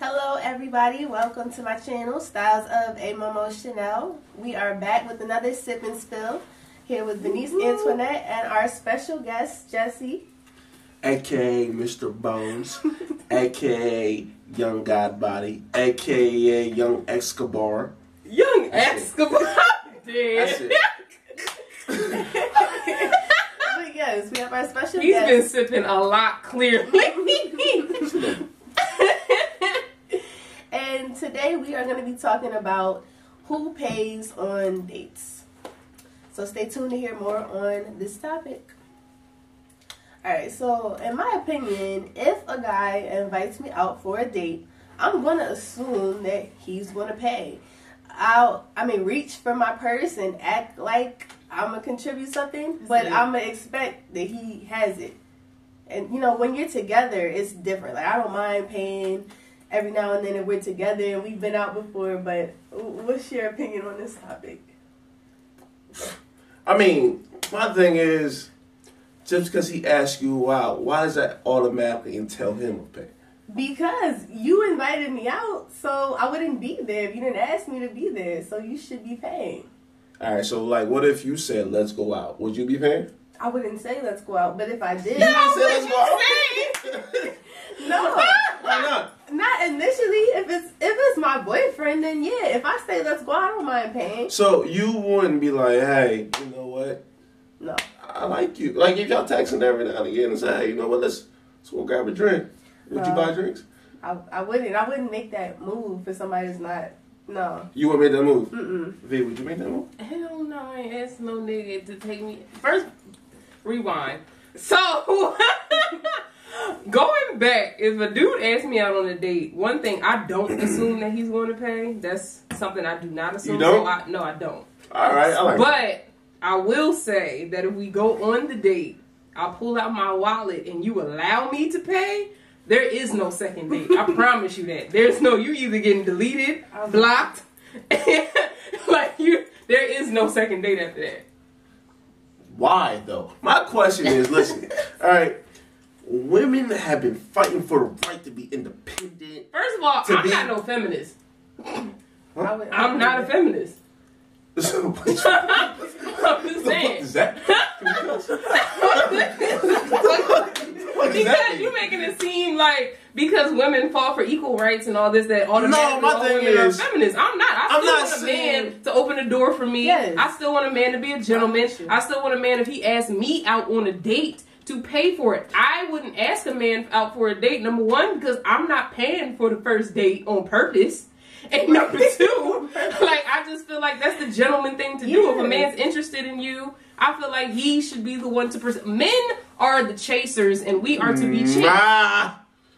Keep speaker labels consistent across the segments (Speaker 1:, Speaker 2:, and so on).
Speaker 1: Hello, everybody. Welcome to my channel, Styles of A Momo Chanel. We are back with another sip and spill here with Denise Antoinette and our special guest, Jesse.
Speaker 2: aka Mr. Bones, aka Young God Body, aka Young Escobar.
Speaker 3: Young
Speaker 2: That's
Speaker 3: Escobar.
Speaker 2: That's
Speaker 3: Dead.
Speaker 2: it.
Speaker 1: But yes, we have our special
Speaker 3: He's been
Speaker 1: guest.
Speaker 3: sipping a lot clearly.
Speaker 1: and today we are going to be talking about who pays on dates. So stay tuned to hear more on this topic. All right, so in my opinion, if a guy invites me out for a date, I'm going to assume that he's going to pay. I'll, I mean, reach for my purse and act like I'm going to contribute something, but
Speaker 3: Yeah.
Speaker 1: I'm going to expect that he has it. And, you know, when you're together, it's different. Like, I don't mind paying every now and then if we're together and we've been out before, but wh- what's your opinion on this topic?
Speaker 2: I mean, my thing is, just because he asks you out, why does that automatically entail him to pay?
Speaker 1: Because you invited me out, so I wouldn't be there if you didn't ask me to be there. So you should be paying.
Speaker 2: All right, so like, what if you said, "Let's go out"? Would you be paying?
Speaker 1: I wouldn't say let's go out, but if I did,
Speaker 2: You
Speaker 1: no,
Speaker 2: didn't say, "Let's go out." Why not?
Speaker 1: not initially. If it's if it's my boyfriend, then yeah. If I say let's go, out, I don't mind paying.
Speaker 2: So you wouldn't be like, "Hey, you know what?
Speaker 1: No,
Speaker 2: I like you." Like if y'all texting every now and again and say, "Hey, you know what? Let's let's go grab a drink." Would you
Speaker 1: No.
Speaker 2: buy drinks?
Speaker 1: I I wouldn't. I wouldn't make that move for somebody that's not. No,
Speaker 2: You would make that move.
Speaker 1: mm
Speaker 2: V, would you make that move?
Speaker 3: Hell no, I ain't asked no nigga to take me. First, rewind. So, going back, if a dude asks me out on a date, one thing I don't assume that he's going to pay. That's something I do not assume.
Speaker 2: You don't?
Speaker 3: So I, no, I don't.
Speaker 2: All right, I like that.
Speaker 3: But I will say that if we go on the date, I pull out my wallet and you allow me to pay, there is no second date. I promise you that. There's no you either getting deleted,
Speaker 1: I was-
Speaker 3: blocked, like you there is no second date after that.
Speaker 2: Why though? My question is, listen, all right, women have been fighting for the right to be independent.
Speaker 3: First of all,
Speaker 2: To
Speaker 3: I'm
Speaker 2: be-
Speaker 3: not no feminist.
Speaker 1: I would,
Speaker 3: I'm not a feminist.
Speaker 2: So, what the
Speaker 3: I'm just
Speaker 2: fuck
Speaker 3: saying.
Speaker 2: is that? What does that
Speaker 3: Because
Speaker 2: mean?
Speaker 3: you're making it seem like because women fall for equal rights and all this that automatically
Speaker 2: my
Speaker 3: all
Speaker 2: thing
Speaker 3: women
Speaker 2: is-
Speaker 3: are feminists. I'm not. I
Speaker 2: I'm
Speaker 3: still
Speaker 2: not
Speaker 3: want a
Speaker 2: saying-
Speaker 3: man to open the door for me.
Speaker 1: Yes.
Speaker 3: I still want a man to be a gentleman.
Speaker 1: Sure.
Speaker 3: I still want a man if he asked me out on a date to pay for it. I wouldn't ask a man out for a date. Number one, because I'm not paying for the first date on purpose. And number two, like I just feel like that's the gentleman thing to do. If a
Speaker 1: Yes.
Speaker 3: man's interested in you, I feel like he should be the one to pursue. Men are the chasers, and we are to be chased.
Speaker 2: Nah.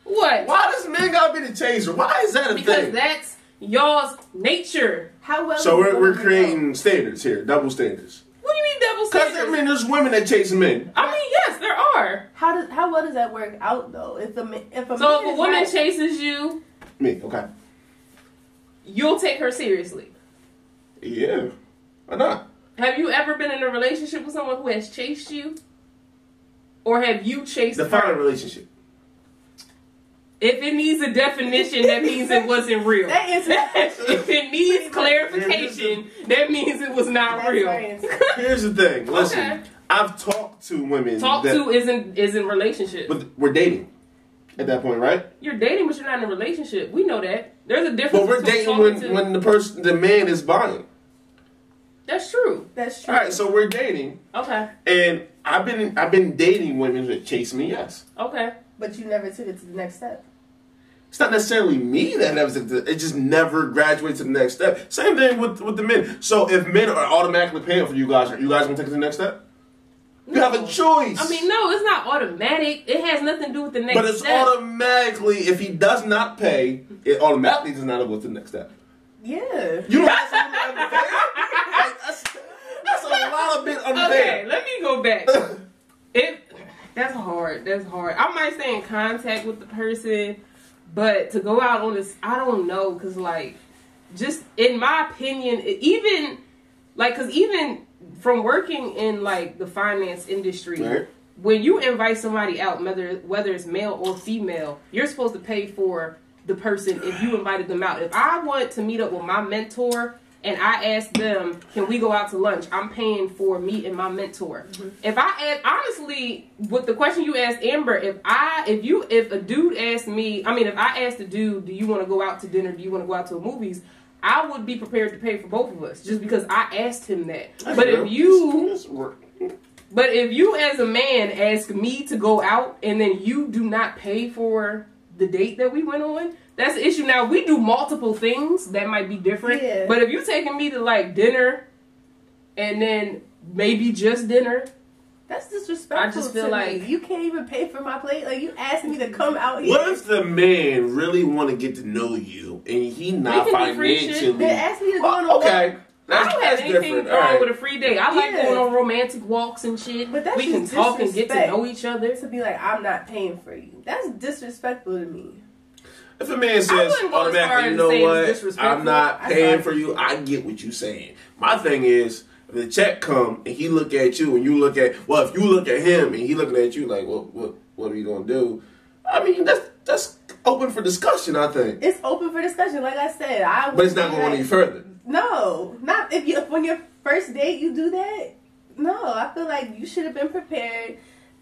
Speaker 3: What?
Speaker 2: Mm, Why does men gotta be the chaser? Why is that a
Speaker 3: Because
Speaker 2: thing?
Speaker 3: that's y'all's nature.
Speaker 1: How well?
Speaker 2: so
Speaker 1: is
Speaker 2: we're,
Speaker 1: it
Speaker 2: we're
Speaker 1: gonna
Speaker 2: creating standards here, double standards.
Speaker 3: What do you mean double
Speaker 2: Because I
Speaker 3: standards?
Speaker 2: mean, there's women that chase men.
Speaker 3: I mean, yes, there are.
Speaker 1: go? How does how well does that work out though? If a ma- if a
Speaker 3: So
Speaker 1: man
Speaker 3: if a
Speaker 1: is
Speaker 3: woman
Speaker 1: not-
Speaker 3: chases you,
Speaker 2: Me, okay.
Speaker 3: you'll take her seriously.
Speaker 2: Yeah. Why not?
Speaker 3: Have you ever been in a relationship with someone who has chased you? Or have you chased
Speaker 2: Define a
Speaker 3: her?
Speaker 2: relationship.
Speaker 3: If it needs a definition, that means it wasn't real.
Speaker 1: That is-
Speaker 3: if it needs clarification, that means it was not
Speaker 1: That's
Speaker 3: real.
Speaker 1: right.
Speaker 2: Here's the thing. Listen,
Speaker 3: Okay.
Speaker 2: I've talked to women.
Speaker 3: Talk
Speaker 2: that,
Speaker 3: to isn't is in relationship.
Speaker 2: But we're dating at that point, right?
Speaker 3: You're dating, but you're not in a relationship. We know that. There's a difference.
Speaker 2: But we're
Speaker 3: between
Speaker 2: dating
Speaker 3: talking
Speaker 2: when,
Speaker 3: to-
Speaker 2: when the person, the man is buying.
Speaker 3: That's true.
Speaker 1: That's true.
Speaker 2: All right, so we're dating,
Speaker 3: Okay.
Speaker 2: and I've been I've been dating women that chase me. Yes,
Speaker 3: Okay.
Speaker 1: but you never took it to the next step.
Speaker 2: it's not necessarily me that never. It just never graduates to the next step. Same thing with with the men. So if men are automatically paying for you guys, are you guys gonna take it to the next step? You have a
Speaker 3: No.
Speaker 2: choice.
Speaker 3: I mean, no, it's not automatic. It has nothing to do with the next
Speaker 2: But it's
Speaker 3: step.
Speaker 2: automatically if he does not pay, it automatically does not go to the next step.
Speaker 1: Yeah.
Speaker 2: You don't have something unfair. Like, that's, that's a lot of bit
Speaker 3: okay,
Speaker 2: unfair.
Speaker 3: let me go back. If that's hard, that's hard. I might stay in contact with the person, but to go out on this, I don't know, cause like, just in my opinion, it- even like, cause even from working in like the finance industry.
Speaker 2: Right.
Speaker 3: When you invite somebody out, whether whether it's male or female, you're supposed to pay for the person if you invited them out. If I want to meet up with my mentor and I ask them, "Can we go out to lunch?" I'm paying for me and my mentor. If I ask, honestly, with the question you asked Amber, if I, if you, if a dude asked me, I mean, if I asked a dude, "Do you want to go out to dinner? Do you want to go out to a movies?" I would be prepared to pay for both of us just because I asked him that. But if you but if you, as a man, ask me to go out and then you do not pay for the date that we went on, that's the issue. Now we do multiple things that might be different.
Speaker 1: Yeah.
Speaker 3: But if you taking me to like dinner, and then maybe just dinner,
Speaker 1: That's disrespectful.
Speaker 3: I just feel
Speaker 1: to
Speaker 3: like-
Speaker 1: me. you can't even pay for my plate. Like you asked me to come out here.
Speaker 2: What if the man really want to get to know you and he not
Speaker 3: We can be free shit.
Speaker 2: financially?
Speaker 1: They asked me to go on a
Speaker 2: Oh, okay,
Speaker 3: I
Speaker 2: that's,
Speaker 3: don't have
Speaker 2: that's
Speaker 3: anything
Speaker 2: different.
Speaker 3: wrong
Speaker 2: All right.
Speaker 3: with a free day. I like
Speaker 1: Yeah.
Speaker 3: going on romantic walks and shit.
Speaker 1: But that's
Speaker 3: we can
Speaker 1: just
Speaker 3: talk and get to
Speaker 1: disrespect.
Speaker 3: know each other.
Speaker 1: to be like, I'm not paying for you. That's disrespectful to me.
Speaker 2: If a man says
Speaker 3: wouldn't go as far
Speaker 2: automatically,
Speaker 3: as
Speaker 2: you know
Speaker 3: saying it's
Speaker 2: what,
Speaker 3: disrespectful.
Speaker 2: I'm not
Speaker 1: I
Speaker 2: paying
Speaker 1: thought-
Speaker 2: for you, I get what you saying. My thing is, if the check come and he look at you and you look at, well, if you look at him and he looking at you like, well, what, what are you gonna do? I mean, that's that's open for discussion. I think,
Speaker 1: It's open for discussion. Like I said, I.
Speaker 2: but it's
Speaker 1: wouldn't
Speaker 2: not
Speaker 1: be
Speaker 2: going
Speaker 1: like-
Speaker 2: any further.
Speaker 1: No, not if you if on your first date you do that. No, I feel like you should have been prepared.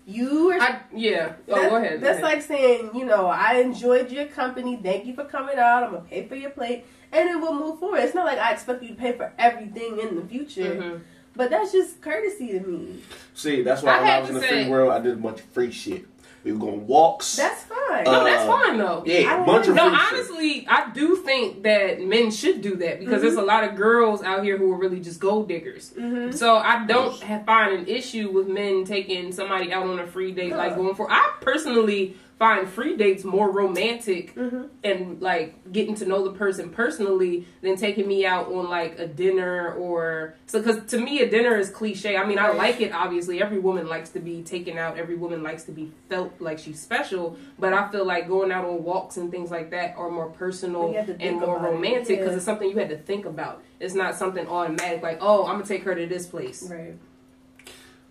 Speaker 1: You were.
Speaker 3: I, yeah. Oh,
Speaker 1: That-
Speaker 3: go ahead. go
Speaker 1: That's
Speaker 3: ahead.
Speaker 1: like saying, you know, I enjoyed your company. Thank you for coming out. I'm gonna pay for your plate, and then we'll move forward. It's not like I expect you to pay for everything in the future,
Speaker 3: Mhm.
Speaker 1: but that's just courtesy to me.
Speaker 2: See, that's why
Speaker 3: I
Speaker 2: when I
Speaker 3: had
Speaker 2: was
Speaker 3: to
Speaker 2: in the
Speaker 3: say-
Speaker 2: free world, I did a bunch of free shit. We were going walks.
Speaker 1: That's fine.
Speaker 3: No,
Speaker 2: Uh,
Speaker 3: that's fine though.
Speaker 1: I
Speaker 2: yeah,
Speaker 1: don't
Speaker 2: a bunch of
Speaker 3: No,
Speaker 2: free shit.
Speaker 3: honestly, I do think that men should do that because there's a lot of girls out here who are really just gold diggers.
Speaker 1: Mhm.
Speaker 3: So I don't have, find an issue with men taking somebody out on a free date,
Speaker 1: No.
Speaker 3: like going for. I personally find free dates more romantic
Speaker 1: Mhm.
Speaker 3: and like getting to know the person personally than taking me out on like a dinner or so. Because to me, a dinner is cliche. I mean, I
Speaker 1: Right.
Speaker 3: like it obviously. Every woman likes to be taken out. Every woman likes to be felt like she's special. But I feel like going out on walks and things like that are more personal
Speaker 1: You have to
Speaker 3: and
Speaker 1: think
Speaker 3: more
Speaker 1: about it,
Speaker 3: romantic because
Speaker 1: yeah.
Speaker 3: it's something you had to think about. It's not something automatic like, oh, I'm gonna take her to this place.
Speaker 1: Right.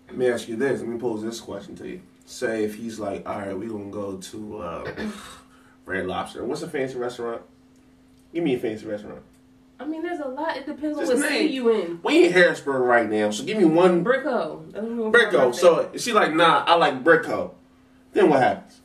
Speaker 2: Let me ask you this. Let me pose this question to you. Say if he's like, all right, we gonna go to uh, Red Lobster. What's a fancy restaurant? Give me a fancy restaurant.
Speaker 3: I mean, there's a lot. It depends on
Speaker 2: Just
Speaker 3: what city
Speaker 2: name.
Speaker 3: you in.
Speaker 2: We in Harrisburg right now, so give me one
Speaker 3: Brico. I don't know if I'm
Speaker 2: Brico.
Speaker 3: right there.
Speaker 2: So if she like, nah, I like Brico. Then what happens?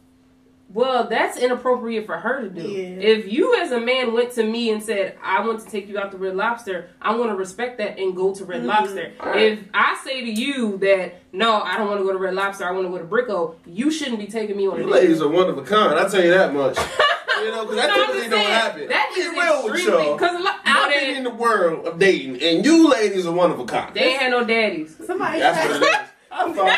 Speaker 3: well, that's inappropriate for her to do.
Speaker 1: Yeah.
Speaker 3: If you, as a man, went to me and said, "I want to take you out to Red Lobster," I want to respect that and go to Red Lobster. If I say to you that no, I don't want to go to Red Lobster, I want to go to Brico, you shouldn't be taking me on a
Speaker 2: You
Speaker 3: date.
Speaker 2: ladies are one of a kind. I tell you that much. You know, because that
Speaker 3: No, I'm
Speaker 2: typically
Speaker 3: just
Speaker 2: don't
Speaker 3: saying,
Speaker 2: happen.
Speaker 3: That
Speaker 2: Be
Speaker 3: is
Speaker 2: real with
Speaker 3: extremely
Speaker 2: y'all.
Speaker 3: because out
Speaker 2: Nothing in
Speaker 3: there
Speaker 2: the world of dating, and you ladies are one of a kind.
Speaker 3: they ain't had no daddies.
Speaker 1: Somebody.
Speaker 2: That's what it is. I'm sorry.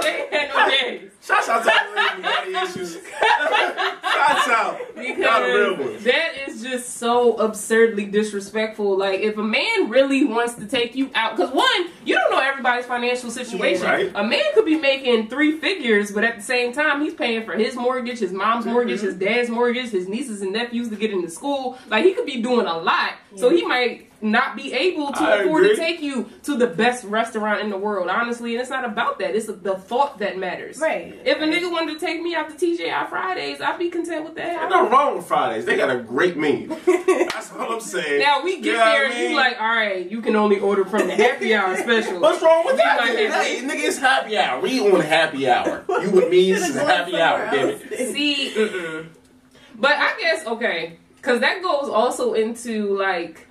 Speaker 3: They ain't had no daddies.
Speaker 2: Shout out to all the ladies with daddy issues. Shout out. Not a real one.
Speaker 3: Because that is just so absurdly disrespectful. Like, if a man really wants to take you out, because one, you don't know everybody's financial situation.
Speaker 2: Yeah. Right.
Speaker 3: A man could be making three figures, but at the same time, he's paying for his mortgage, his mom's
Speaker 2: Mm-hmm.
Speaker 3: mortgage, his dad's mortgage, his nieces and nephews to get into school. Like, he could be doing a lot, so he might not be able to
Speaker 2: I
Speaker 3: afford to
Speaker 2: agree.
Speaker 3: take you to the best restaurant in the world, honestly. And it's not about that, it's the thought that matters.
Speaker 1: Right.
Speaker 3: If a nigga wanted to take me out to TJI Fridays, I'd be content with that.
Speaker 2: Ain't nothing wrong with Fridays. They got a great menu. That's all I'm saying.
Speaker 3: Now we get
Speaker 2: You know what I
Speaker 3: there and
Speaker 2: mean?
Speaker 3: you like, all right, you can only order from the happy hour special.
Speaker 2: What's wrong with
Speaker 3: You
Speaker 2: that?
Speaker 3: like
Speaker 2: nigga?
Speaker 3: that.
Speaker 2: Hey, nigga, it's happy hour. We on happy hour. You with me? This is
Speaker 1: Should've gone
Speaker 2: happy hour,
Speaker 1: somewhere
Speaker 2: damn
Speaker 1: else.
Speaker 2: it.
Speaker 3: See, mm-mm. but I guess okay, because that goes also into like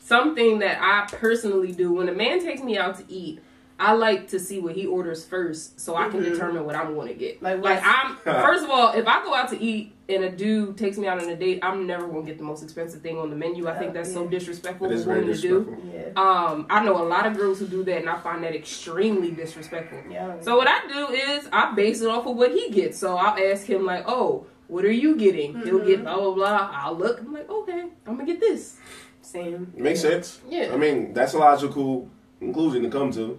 Speaker 3: something that I personally do when a man takes me out to eat. I like to see what he orders first, so I
Speaker 2: Mm-hmm.
Speaker 3: can determine what I'm going to get.
Speaker 1: Like
Speaker 3: Like,
Speaker 1: what's-
Speaker 3: I'm first of all, if I go out to eat and a dude takes me out on a date, I'm never going to get the most expensive thing on the menu. I think that's so disrespectful
Speaker 2: It
Speaker 3: for
Speaker 2: is
Speaker 3: women
Speaker 2: very
Speaker 3: to do.
Speaker 2: disrespectful.
Speaker 1: Yeah.
Speaker 3: Um, I know a lot of girls who do that, and I find that extremely disrespectful.
Speaker 1: Yeah.
Speaker 3: So what I do is I base it off of what he gets. So I'll ask him like, "Oh, what are you getting?" He'll get blah blah blah. I'll look. I'm like, "Okay, I'm gonna get this."
Speaker 1: same.
Speaker 2: Makes sense.
Speaker 3: Yeah.
Speaker 2: I mean, that's a logical conclusion to come to.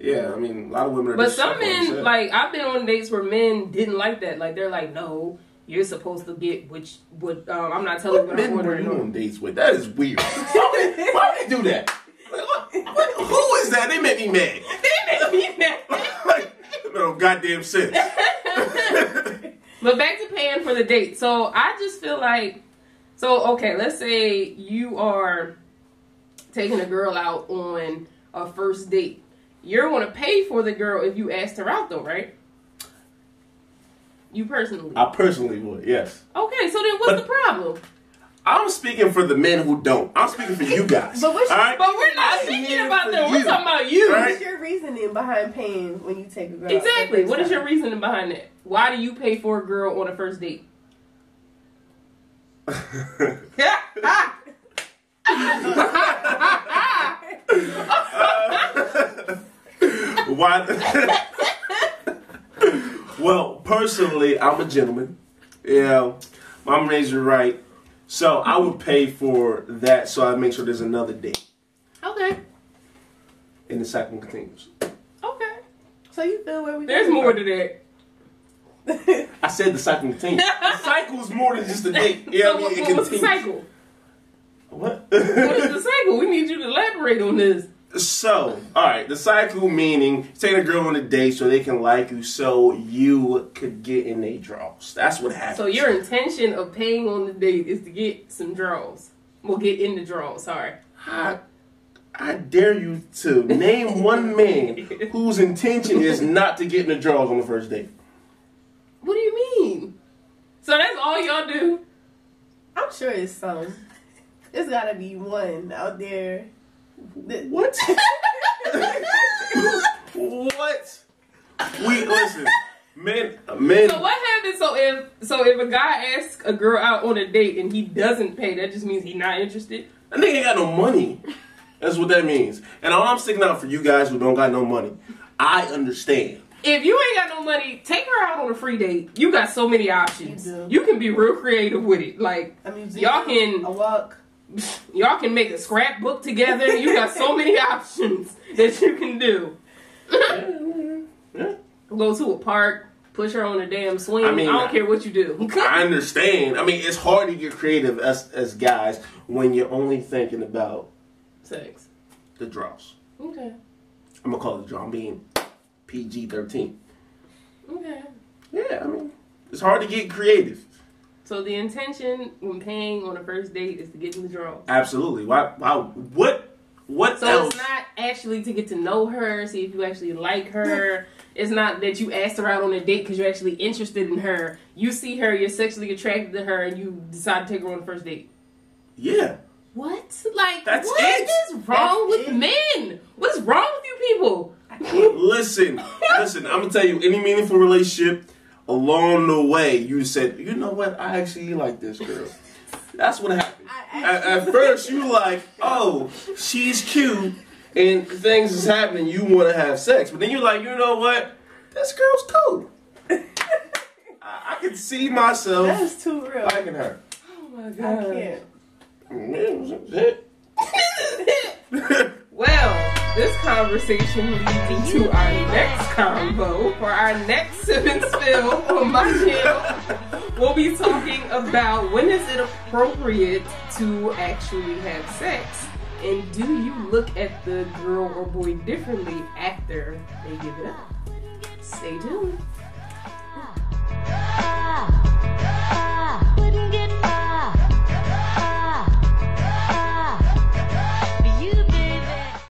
Speaker 2: Yeah, I mean, a lot of women are
Speaker 3: But
Speaker 2: just
Speaker 3: some
Speaker 2: stuck on
Speaker 3: men,
Speaker 2: shit.
Speaker 3: like I've been on dates where men didn't like that. Like they're like, "No, you're supposed to get which what um, I'm not telling you
Speaker 2: What
Speaker 3: what I'm
Speaker 2: men were
Speaker 3: ordering."
Speaker 2: you
Speaker 3: on."
Speaker 2: on dates with? That is weird. why, would, why would they do that? Like, what, what, who is that? They make me mad.
Speaker 3: They make me mad.
Speaker 2: like, no goddamn sense.
Speaker 3: But But back to paying for the date. So I just feel like, so okay, let's say you are taking a girl out on a first date. You're going to pay for the girl if you asked her out, though, right? You personally.
Speaker 2: I personally would, yes.
Speaker 3: Okay, so then what's the problem?
Speaker 2: I'm speaking for the men who don't. I'm speaking for you guys.
Speaker 1: But what's-
Speaker 2: all right?
Speaker 3: But we're not
Speaker 2: I'm
Speaker 3: thinking
Speaker 2: here
Speaker 3: about
Speaker 2: for
Speaker 3: them. We're
Speaker 2: you.
Speaker 3: talking about you.
Speaker 2: Right.
Speaker 1: What's your reasoning behind paying when you take a girl? out the
Speaker 3: Exactly.
Speaker 1: first
Speaker 3: What is
Speaker 1: time?
Speaker 3: your reasoning behind that? Why do you pay for a girl on a first date?
Speaker 2: Why? well, personally, I'm a gentleman. Yeah, I'm raised right. So I would pay for that so I make sure there's another date
Speaker 3: okay.
Speaker 2: and the cycle continues.
Speaker 3: Okay.
Speaker 1: So you feel where we?
Speaker 3: There's
Speaker 1: coming
Speaker 3: more to that.
Speaker 1: from.
Speaker 2: I said the cycle continues. the cycle's more than just a date. Yeah,
Speaker 3: so
Speaker 2: I mean,
Speaker 3: what,
Speaker 2: it
Speaker 3: what was the
Speaker 2: continues.
Speaker 3: cycle?
Speaker 2: What?
Speaker 3: What is the cycle? We need you to elaborate on this.
Speaker 2: So, all right, the cycle meaning taking a girl on a date so they can like you, so you could get in their draws. That's what happens.
Speaker 3: So your intention of paying on the date is to get some draws. Well, get in the draws. Sorry.
Speaker 2: I, I dare you to name one man whose intention is not to get in the draws on the first date.
Speaker 3: What do you mean? So that's all y'all do.
Speaker 1: I'm sure it's some. There's gotta be one out there. that-
Speaker 2: What? what? We listen, men, men.
Speaker 3: So what happens? So if so if a guy asks a girl out on a date and he doesn't pay, that just means he's not interested.
Speaker 2: That nigga ain't got no money. That's what that means. And all I'm sticking out for you guys who don't got no money, I understand.
Speaker 3: If you ain't got no money, take her out on a free date. You got so many options.
Speaker 1: You do.
Speaker 3: You can be real creative with it. Like
Speaker 1: A museum,
Speaker 3: Y'all can-
Speaker 1: a walk.
Speaker 3: y'all can make a scrapbook together. You got so many options that you can do.
Speaker 2: Yeah.
Speaker 3: Go to a park, push her on a damn swing.
Speaker 2: I
Speaker 3: I,
Speaker 2: mean,
Speaker 3: don't
Speaker 2: I-
Speaker 3: care what you do.
Speaker 2: I understand. I mean, it's hard to get creative as as guys when you're only thinking about
Speaker 3: Sex.
Speaker 2: the draws.
Speaker 3: Okay.
Speaker 2: I'm gonna call it a draw. I'm being PG thirteen.
Speaker 3: Okay.
Speaker 2: Yeah, I mean, it's hard to get creative.
Speaker 3: So the intention when paying on a first date is to get in the draw.
Speaker 2: Absolutely. Why? Why? What? What
Speaker 3: So
Speaker 2: else?
Speaker 3: it's not actually to get to know her, see if you actually like her. It's not that you asked her out on a date because you're actually interested in her. You see her, you're sexually attracted to her, and you decide to take her on the first date.
Speaker 2: yeah.
Speaker 3: What? Like,
Speaker 2: That's
Speaker 3: what
Speaker 2: it.
Speaker 3: is wrong
Speaker 1: That's
Speaker 3: with men? What's wrong with you people?
Speaker 2: Listen, listen. I'm gonna tell you. Any meaningful relationship along the way, you said, you know what? I actually like this girl. That's what happened.
Speaker 1: I
Speaker 2: At,
Speaker 1: actually-
Speaker 2: at first, you like, oh, she's cute, and things is happening. You want to have sex, but then you're like, you know what? This girl's cool. I, I can see
Speaker 1: That
Speaker 2: myself
Speaker 1: is too real. I
Speaker 2: liking her.
Speaker 3: Oh my
Speaker 1: can't.
Speaker 3: Well, this conversation leads into our next combo for our next seven spill on my channel. We'll be talking about when is it appropriate to actually have sex, and do you look at the girl or boy differently after they give it up? Stay tuned.